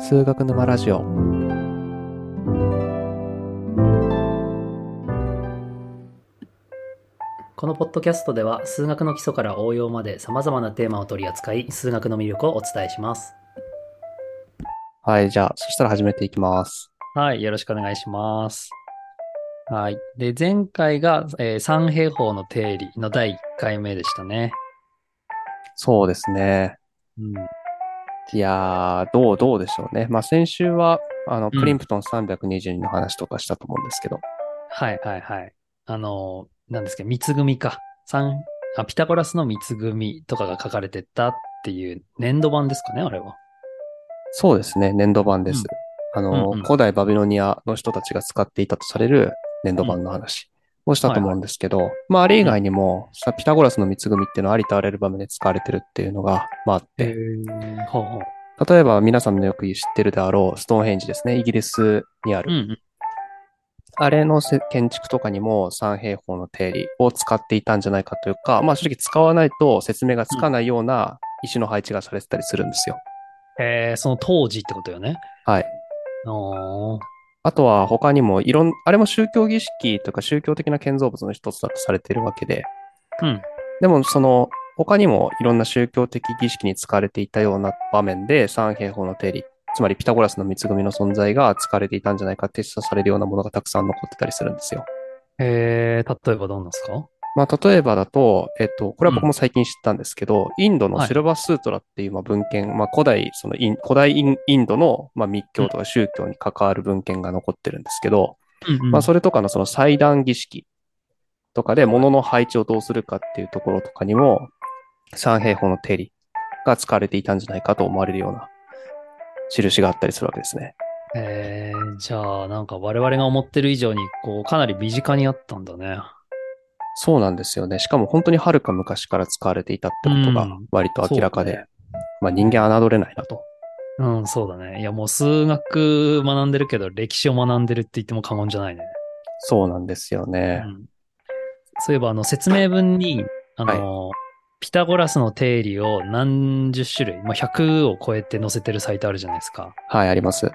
数学沼ラジオこのポッドキャストでは数学の基礎から応用まで様々なテーマを取り扱い数学の魅力をお伝えしますはいじゃあそしたら始めていきますはいよろしくお願いしますはいで前回が、えー三平方の定理の第1回目でしたねそうですねうんいやーどうどうでしょうねまあ先週はあのうんプリンプトン322の話とかしたと思うんですけど、はいはいはいあのーなんですけど三つ組か三あピタゴラスの三つ組とかが書かれてたっていう年度版ですかねあれはそうですね年度版です、あの、うんうん古代バビロニアの人たちが使っていたとされる年度版の話をしたと思うんですけど、まああれ以外にも、さピタゴラスの三つ組っていうのはありとあらゆる場面で使われてるっていうのが、まああって、ほうほう例えば皆さんのよく知ってるであろうストーンヘンジですね。イギリスにあうる。んうんあれのせ建築とかにも三平方の定理を使っていたんじゃないかというか、まあ正直使わないと説明がつかないような石の配置がされてたりするんですよ。えーその当時ってことよねはい。おーあとは他にもいろん、あれも宗教儀式とか宗教的な建造物の一つだとされているわけで、うんでもその他にもいろんな宗教的儀式に使われていたような場面で三平方の定理、つまりピタゴラスの三つ組の存在が使われていたんじゃないかって示唆されるようなものがたくさん残ってたりするんですよ。えー、例えばどんなんですかまあ例えばだと、えっと、これは僕も最近知ったんですけど、インドのはいシルバースートラっていうまあ文献、まあ古代、そのイン古代インインドのまあ密教とか宗教に関わる文献が残ってるんですけど、まあ、それとかのその祭壇儀式とかで物の配置をどうするかっていうところとかにも、三平方の定理が使われていたんじゃないかと思われるような印があったりするわけですね。えー、じゃあ、なんか我々が思ってる以上に、こう、かなり身近にあったんだね。そうなんですよね。しかも本当にはるか昔から使われていたってことうがん割と明らかで、そうだねまあ人間侮れないなと。うん、そうだね。いや、もう数学学んでるけど、歴史を学んでるって言っても過言じゃないね。そうなんですようね。ん、そういえば、あの、説明文に、あの、ピタゴラスの定理を何十種類、まあ、100を超えて載せてるサイトあるじゃないですか。はい、あります。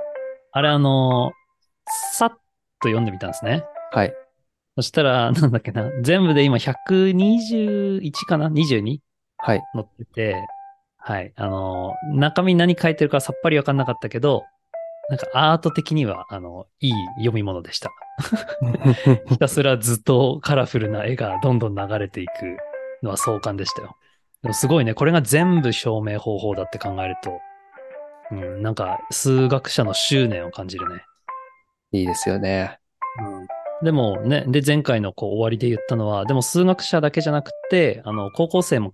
あれ、あの、さっと読んでみたんですね。はい。そしたら、なんだっけな、全部で今121かな ?22? はい。載ってて、はい。あの、中身何書いてるかさっぱりわかんなかったけど、なんかアート的には、あの、いい読み物でした。ひたすらずっとカラフルな絵がどんどん流れていくのは壮観でしたよ。でもすごいね、これが全部証明方法だって考えると、うん、なんか数学者の執念を感じるね。いいですよね。でもね、で、前回のこう終わりで言ったのは、でも数学者だけじゃなくて、あの、高校生も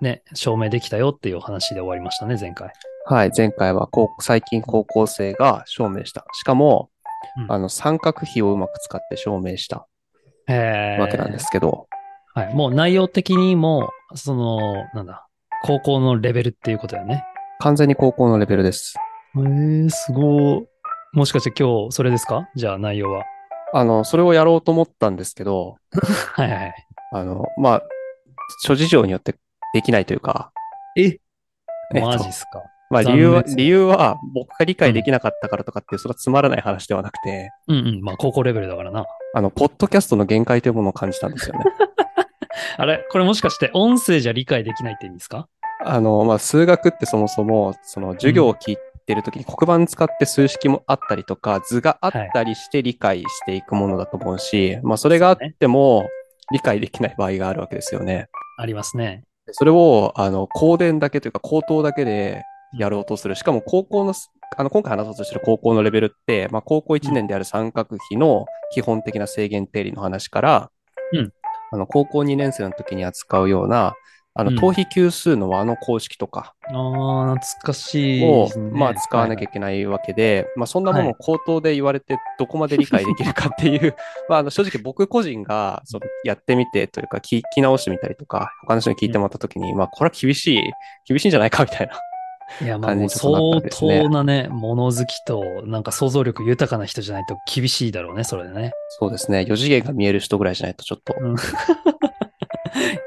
ね、証明できたよっていうお話で終わりましたね、前回。はい、前回は高最近高校生が証明した。しかも、うんあの三角比をうまく使って証明したえーわけなんですけど、はい。もう内容的にも、その、なんだ、高校のレベルっていうことだよね。完全に高校のレベルです。えー、すごい。もしかして今日、それですかじゃあ内容は。あの、それをやろうと思ったんですけど、はいはい。あの、まあ、諸事情によってできないというか、ええっとマジっすか。まあ理由は、残念理由は僕が理解できなかったからとかっていう、それはつまらない話ではなくて、うんうん。まあ、高校レベルだからな。あの、ポッドキャストの限界というものを感じたんですよね。あれこれもしかして音声じゃ理解できないって意味ですかあの、まあ、数学ってそもそも、その授業を聞いてるときに黒板使って数式もあったりとか、図があったりして理解していくものだと思うし、まあ、それがあっても理解できない場合があるわけですよね。ありますね。それを、あの、高伝だけというか高等だけでやろうとする。しかも高校のす、あの、今回話そうとしてる高校のレベルって、まあ、高校1年である三角比の基本的な制限定理の話から、うんあの、高校2年生の時に扱うような、あの、うん等比級数の和の公式とか、あー、懐かしいでをすね、まあ、使わなきゃいけないわけで、まあ、そんなものを口頭で言われて、どこまで理解できるかって いう、まあ、あの正直僕個人がそのやってみてというか聞き直してみたりとか、他の人に聞いてもらったときに、まあ、これは厳しい、厳しいんじゃないかみたいな。いや、まあ、感じもうにちょっとな相ったんですね当なね、物好きと、なんか想像力豊かな人じゃないと厳しいだろうね、それね。そうですね。4次元が見える人ぐらいじゃないとちょっと。うん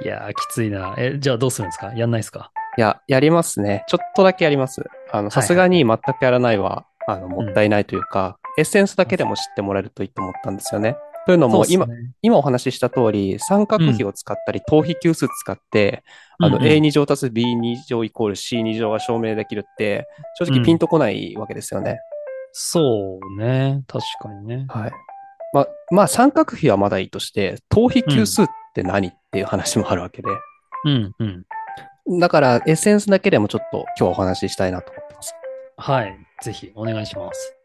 いやー、きついな。え、じゃあどうするんですかやんないですかいや、やりますね。ちょっとだけやります。あの、さすがに全くやらないは、あの、もったいないというか、エッセンスだけでも知ってもらえるといいと思ったんですよね。というのも、今、今お話しした通り、三角比を使ったり、等比級数使って、あの、A2 乗足す B2 乗イコール C2 乗が証明できるって、正う直んピンとこないわけですよね。そうね。確かにね。はい。まあ、まあ、三角比はまだいいとして、等比級数って何っていう話もあるわけで。うん、うん。だから、エッセンスだけでもちょっと今日はお話ししたいなと思ってます。はい。ぜひ、お願いします。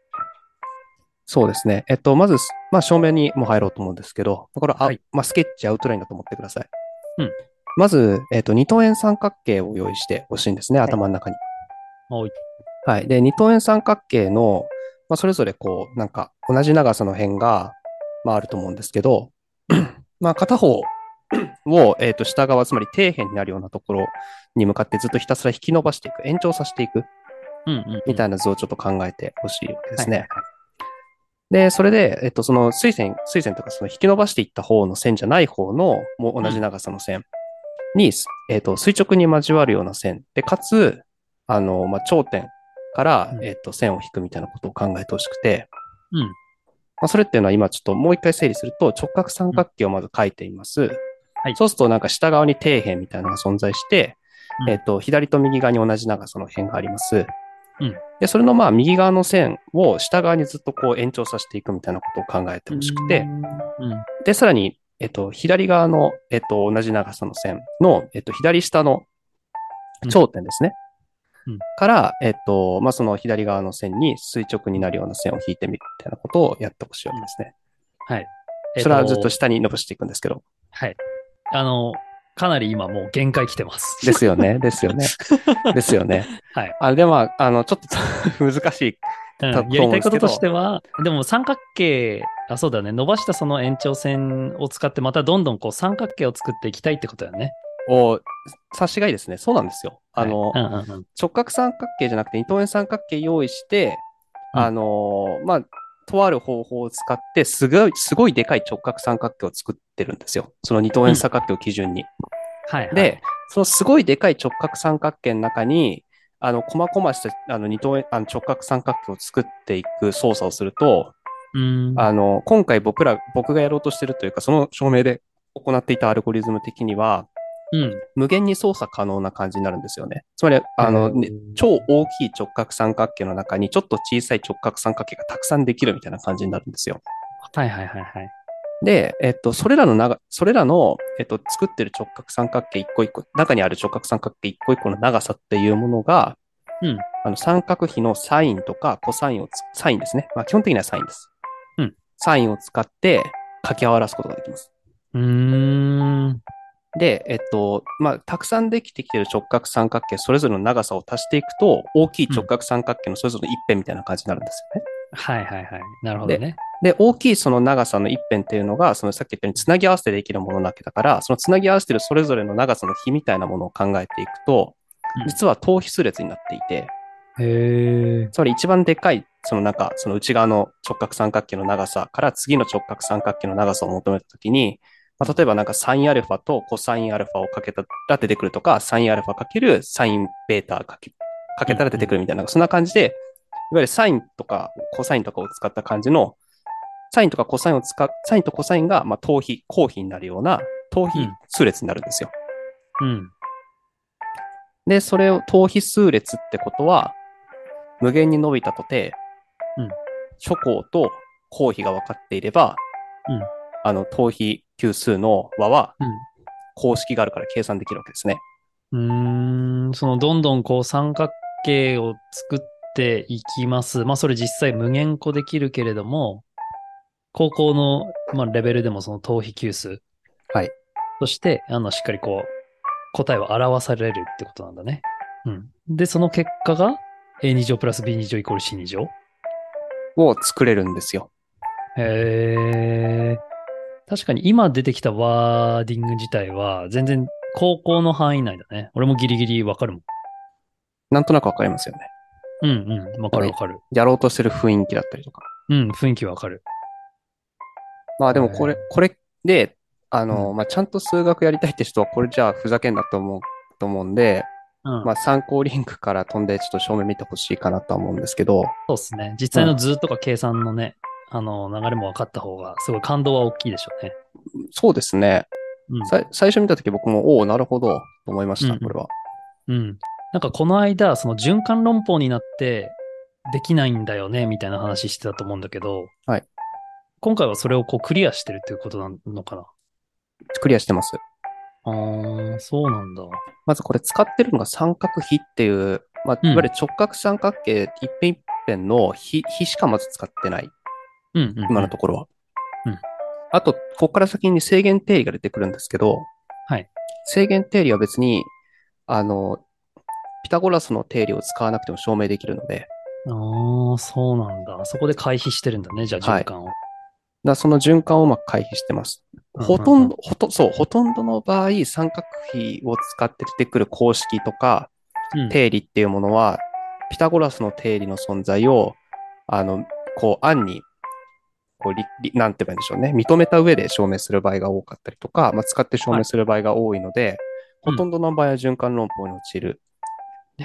そうですね。えっと、まず、まあ、正面にも入ろうと思うんですけど、これは、あはいまあ、スケッチアウトラインだと思ってください。うんまず、えっと、二等円三角形を用意してほしいんですね、頭の中に。はい。はい。で、二等円三角形の、まあ、それぞれこう、なんか、同じ長さの辺が、まあ、あると思うんですけど、 まあ、片方を、えっと、下側、つまり底辺になるようなところに向かってずっとひたすら引き伸ばしていく、延長させていく、うん、うん。みたいいな図をちょっと考えてほしいわけですね。はいで、それで、えっと、その水線、水線というか、その引き伸ばしていった方の線じゃない方の、もう同じ長さの線に、すえっと、垂直に交わるような線。で、かつ、あの、まあ、頂点からう、んえっと、線を引くみたいなことを考えてほしくて、うんまあ、それっていうのは今ちょっともう一回整理すると、直角三角形をまず書いています。はいそうするとなんか下側に底辺みたいなのが存在して、うんえっと、左と右側に同じ長さの辺があります。うんで、それのまあ右側の線を下側にずっとこう延長させていくみたいなことを考えてほしくて、うん。で、さらに、えっと、左側の、えっと、同じ長さの線の、えっと、左下の頂点ですね。うんから、えっと、まあ、その左側の線に垂直になるような線を引いてみるみたいなことをやってほしいわけですね。はい。それはずっとし下に伸ばしていくんですけど。はい。あの、かなり今もう限界来てます。ですよね。ですよね。ですよね。 はい。あでも、まああの、ちょっと 難しい。うだんと思うんですけどやりたいこととしては、でも三角形、あ、そうだね。伸ばしたその延長線を使って、またどんどんこう三角形を作っていきたいってことだよね。お差しがいですね。そうなんですよ。あの、はいうんうんうん直角三角形じゃなくて二等円三角形用意して、うんあのーまあ、とある方法を使って、すごい、すごいでかい直角三角形を作ってるんですよ。その二等円三角形を基準に。はい、はい。で、そのすごいでかい直角三角形の中に、あの、細々した、あの、二等円、あの直角三角形を作っていく操作をすると、うん、あの、今回僕ら、僕がやろうとしてるというか、その証明で行っていたアルゴリズム的には、うん。無限に操作可能な感じになるんですよね。つまり、あの、ねうん超大きい直角三角形の中にちょっと小さい直角三角形がたくさんできるみたいな感じになるんですよ。はいはいはいはい。で、えっと、それらの長、それらの、えっと、作ってる直角三角形一個一個、中にある直角三角形一個一個の長さっていうものが、うんあの、三角比のサインとかコサインをつ、サインですね。まあ、基本的にはサインです。うんサインを使って掛け合わらすことができます。うーん。で、えっと、まあ、たくさんできてきてる直角三角形、それぞれの長さを足していくと、大きい直角三角形のそれぞれの一辺みたいな感じになるんですよね。はいはいはい。なるほどね。で、大きいその長さの一辺っていうのが、そのさっき言ったようにつなぎ合わせてできるものなわけだから、そのつなぎ合わせてるそれぞれの長さの比みたいなものを考えていくとう、ん実は等比数列になっていて、へえ。つまり一番でかい、その中、その内側の直角三角形の長さから次の直角三角形の長さを求めたときに、まあ、例えばなんかサインアルファとコサインアルファをかけたら出てくるとか、サインアルファかけるサインベータかけかけたら出てくるみたいな、そんな感じで、いわゆるサインとかコサインとかを使った感じの、サインとかコサインを使う、サインとコサインが、まあ、等比、公比になるような、等比数列になるんですよ。うん。で、それを等比数列ってことは、無限に伸びたとて、うん諸項と項比が分かっていれば、うんあの、等比級数の和はうん公式があるから計算できるわけですね。うーん、そのどんどんこう三角形を作っていきます。まあそれ実際無限個できるけれども、高校の、まあ、レベルでもその等比級数。はい。そして、あの、しっかりこう、答えを表されるってことなんだね。うん。で、その結果が A2 乗プラス B2 乗イコール C2 乗。を作れるんですよ。へえ。確かに今出てきたワーディング自体は全然高校の範囲内だね。俺もギリギリわかるもん。なんとなく分かりますよね。うんうん。わかるわかる。やろうとしてる雰囲気だったりとか。うん、雰囲気わかる。まあでもこれね、これで、あの、まあちゃんと数学やりたいって人は、これじゃあふざけんなと思うと思うんで、うん。まあ、参考リンクから飛んで、ちょっと正面見てほしいかなとは思うんですけど、そうですね。実際の図とか計算のね、あの、流れも分かった方が、すごい感動は大きいでしょうね。そうですね。うん。さい最初見たとき僕も、おお、なるほど、と思いましうた、んうんこれは。うん。なんかこの間、その循環論法になってできないんだよね、みたいな話してたと思うんだけど、はい。今回はそれをこうクリアしてるっていうことなのかな。クリアしてます。あー、そうなんだ。まずこれ使ってるのが三角比っていう、まあ、うんいわゆる直角三角形一辺一辺の比比しかまず使ってない。うん、うん。今のところは。うんあと、ここから先に制限定理が出てくるんですけど、はい制限定理は別に、あの、ピタゴラスの定理を使わなくても証明できるので、だかあー、そうなんだ。そこで回避してるんだね、じゃあはい循環を。らその循環をうまく回避してます。うんうんほとんど、ほと、そう、ほとんどの場合、三角比を使って出てくる公式とか、うん定理っていうものは、ピタゴラスの定理の存在を、あの、こう、暗に、こう、りりなんて言えばいいんでしょうね。認めた上で証明する場合が多かったりとか、まあ、使って証明する場合が多いので、うんほとんどの場合は循環論法に陥るへ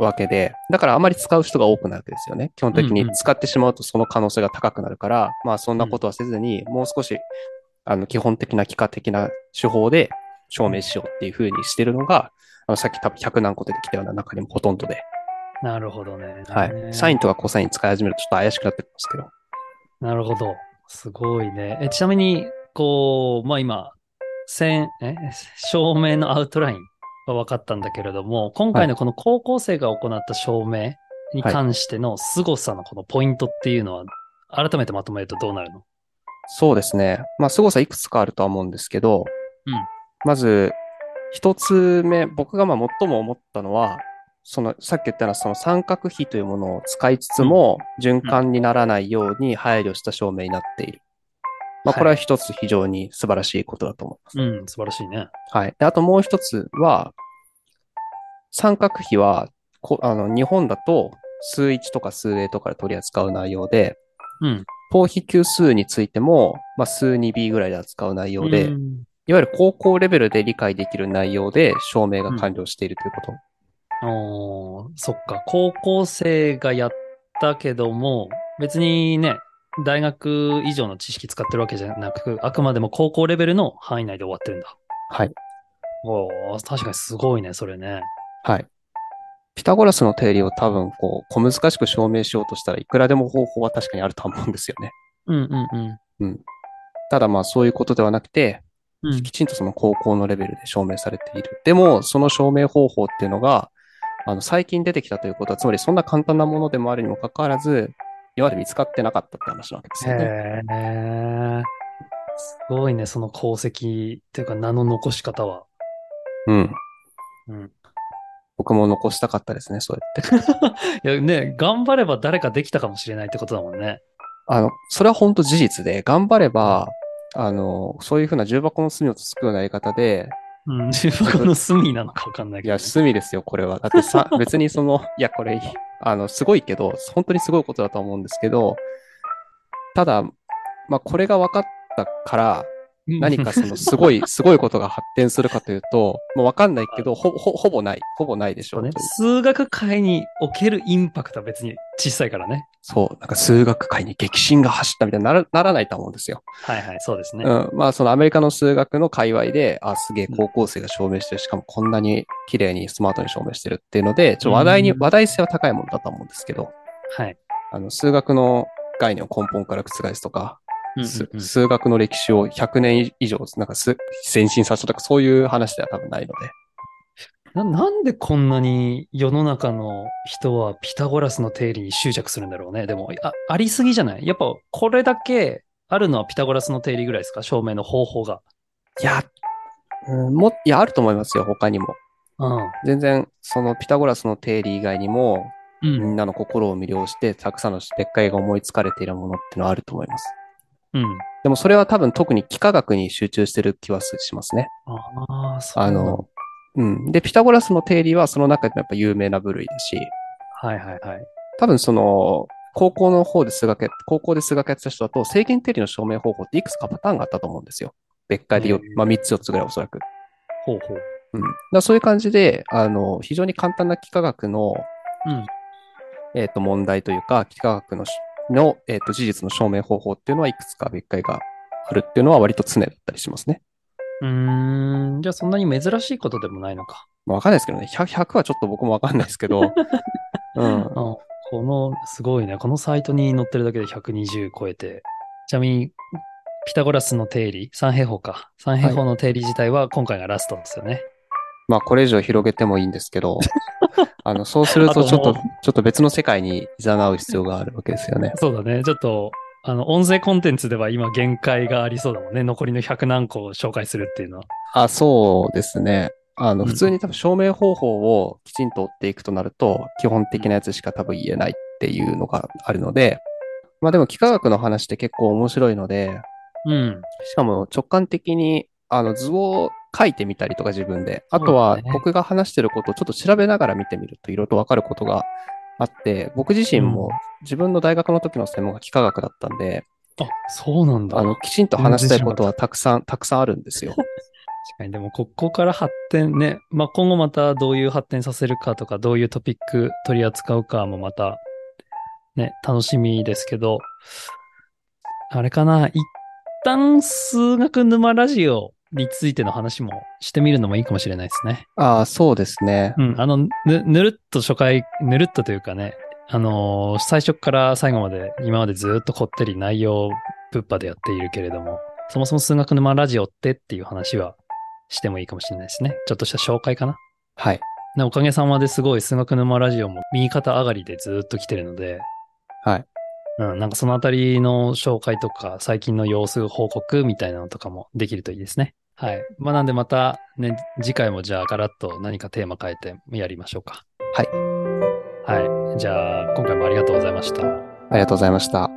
ーわけで、だからあまり使う人が多くなるわけですよね。基本的うんうにん使ってしまうとその可能性が高くなるから、まあそんなことはせずに、もう少し、あの、基本的な幾何的な手法で証明しようっていうふうにしてるのが、あの、さっき多分100何個出てきたような中にもほとんどで、なるほどね。はい。サイン。ンとかコサイン使い始めるとちょっと怪しくなってきますけど。なるほど。すごいね。え、ちなみに、こう、まあ今、線、え、照明のアウトラインは分かったんだけれども、今回のこの高校生が行った照明に関しての凄さのこのポイントっていうのは、改めてまとめるとどうなるのそうですね。まあ、凄さいくつかあるとは思うんですけど、うんまず、一つ目、僕がまあ最も思ったのは、その、さっき言ったようなその三角比というものを使いつつも、循環にならないように配慮した証明になっている。まあ、これは一つ非常に素晴らしいことだと思います。うん、素晴らしいね。はい。であともう一つは、三角比は、こあの、日本だと、数1とか数0とかで取り扱う内容で、うん。等比級数についても、まあ、数 2B ぐらいで扱う内容で、うんいわゆる高校レベルで理解できる内容で証明が完了しているということ。おーそっか。高校生がやったけども、別にね、大学以上の知識使ってるわけじゃなく、あくまでも高校レベルの範囲内で終わってるんだ。はい。おー確かにすごいね、それね。はい。ピタゴラスの定理を多分、こう、小難しく証明しようとしたらいくらでも方法は確かにあるとは思うんですよね。うんうんうん。ただまあそういうことではなくて、うんきちんとその高校のレベルで証明されている。でも、その証明方法っていうのが、あの、最近出てきたということは、つまりそんな簡単なものでもあるにもかかわらず、今まで見つかってなかったって話なわけですよね。へえ。すごいね、その功績というか名の残し方は。うん。うん。僕も残したかったですね、そうやって。 いやね、頑張れば誰かできたかもしれないってことだもんね。あの、それは本当事実で、頑張れば、あの、そういうふうな重箱の隅をつつくようなやり方で、うん、自分の隅なのかわかんないいけど、や、ね。隅ですよ、これは。だって さ、別にその、いや、これ、あの、すごいけど、本当にすごいことだと思うんですけど、ただ、まあ、これが分かったから、うん何かそ の、すごい、すごいことが発展するかというと、まあ、分かんないけど、ほ、ほ、ほぼない、ほぼないでしそょうう。ね。数学界におけるインパクトは別に小さいからね。そう、なんか数学界に激震が走ったみたいにならならないと思うんですよ。はいはい、そうですね。うん、まあそのアメリカの数学の界隈で、あ、すげえ高校生が証明してる、しかもこんなに綺麗にスマートに証明してるっていうので、ちょっと話題に、うん話題性は高いものだと思うんですけど、はい。あの数学の概念を根本から覆すとか、うんすうんうん数学の歴史を100年以上、なんかす先進させたとか、そういう話では多分ないので。ななんでこんなに世の中の人はピタゴラスの定理に執着するんだろうね。でも、あありすぎじゃないやっぱこれだけあるのはピタゴラスの定理ぐらいですか証明の方法が。いや、うん、も、いや、あると思いますよ、他にも。うん。全然、そのピタゴラスの定理以外にも、うみんん。なの心を魅了して、たくさんのでっかいが思いつかれているものってのはあると思います。うん。でもそれは多分特に幾何学に集中してる気はしますね。ああ、そう。あ、の、うん。で、ピタゴラスの定理はその中でもやっぱ有名な部類だし、はいはいはい。多分その、高校の方で数学や、高校で数学やってた人だと、制限定理の証明方法っていくつかパターンがあったと思うんですよ。別解でよへー、まあ3つ4つぐらいおそらく。ほうほう。うん。だからそういう感じで、あの、非常に簡単な幾何学の、うんえっ、と、問題というか、幾何学のし、の、えっ、と、事実の証明方法っていうのはいくつか別解があるっていうのは割と常だったりしますね。うーん、じゃあそんなに珍しいことでもないのか。まあ、わかんないですけどね。100, 100はちょっと僕もわかんないですけ ど、うん。あこの、すごいね。このサイトに載ってるだけで120超えて。ちなみに、ピタゴラスの定理、三平方か。三平方の定理自体は今回がラストですよね。まあ、これ以上広げてもいいんですけど、あの、そうするとちょっ あと、とちもょっと別の世界に誘う必要があるわけですよね。そうだね。ちょっと、あの、音声コンテンツでは今限界がありそうだもんね。残りの100何個を紹介するっていうのは。あ、そうですね。あの、うん普通に多分証明方法をきちんと追っていくとなると、基本的なやつしか多分言えないっていうのがあるので、まあでも幾何学の話って結構面白いので、うん。しかも直感的にあの図を書いてみたりとか自分で、あとそはうだね僕が話してることをちょっと調べながら見てみるといろいろとわかることがあって、僕自身うんも自分の大学の時の専門が幾何学だったんで、あ、そうなんだ。あの、きちんと話したいことはたくさん、たくさんあるんです よ。確かに、でもここから発展ね、まあ、今後またどういう発展させるかとか、どういうトピック取り扱うかもまた、ね、楽しみですけど、あれかな、一旦数学沼ラジオについての話もしてみるのもいいかもしれないですね。ああ、そうですね。うん、あの、ぬ、ぬるっと初回、ぬるっとというかね、あのー最初から最後まで、今までずっとこってり内容をぶっぱでやっているけれども、そもそも数学沼ラジオってっていう話はしてもいいかもしれないですね。ちょっとした紹介かな。はい。ね、おかげさまですごい数学沼ラジオも右肩上がりでずっと来てるので、はい。うん、なんかそのあたりの紹介とか、最近の様子報告みたいなのとかもできるといいですね。はい。まあ、なんでまたね、次回もじゃあガラッと何かテーマ変えてやりましょうか。。はいはい。じゃあ、今回もありがとうございました。ありがとうございました。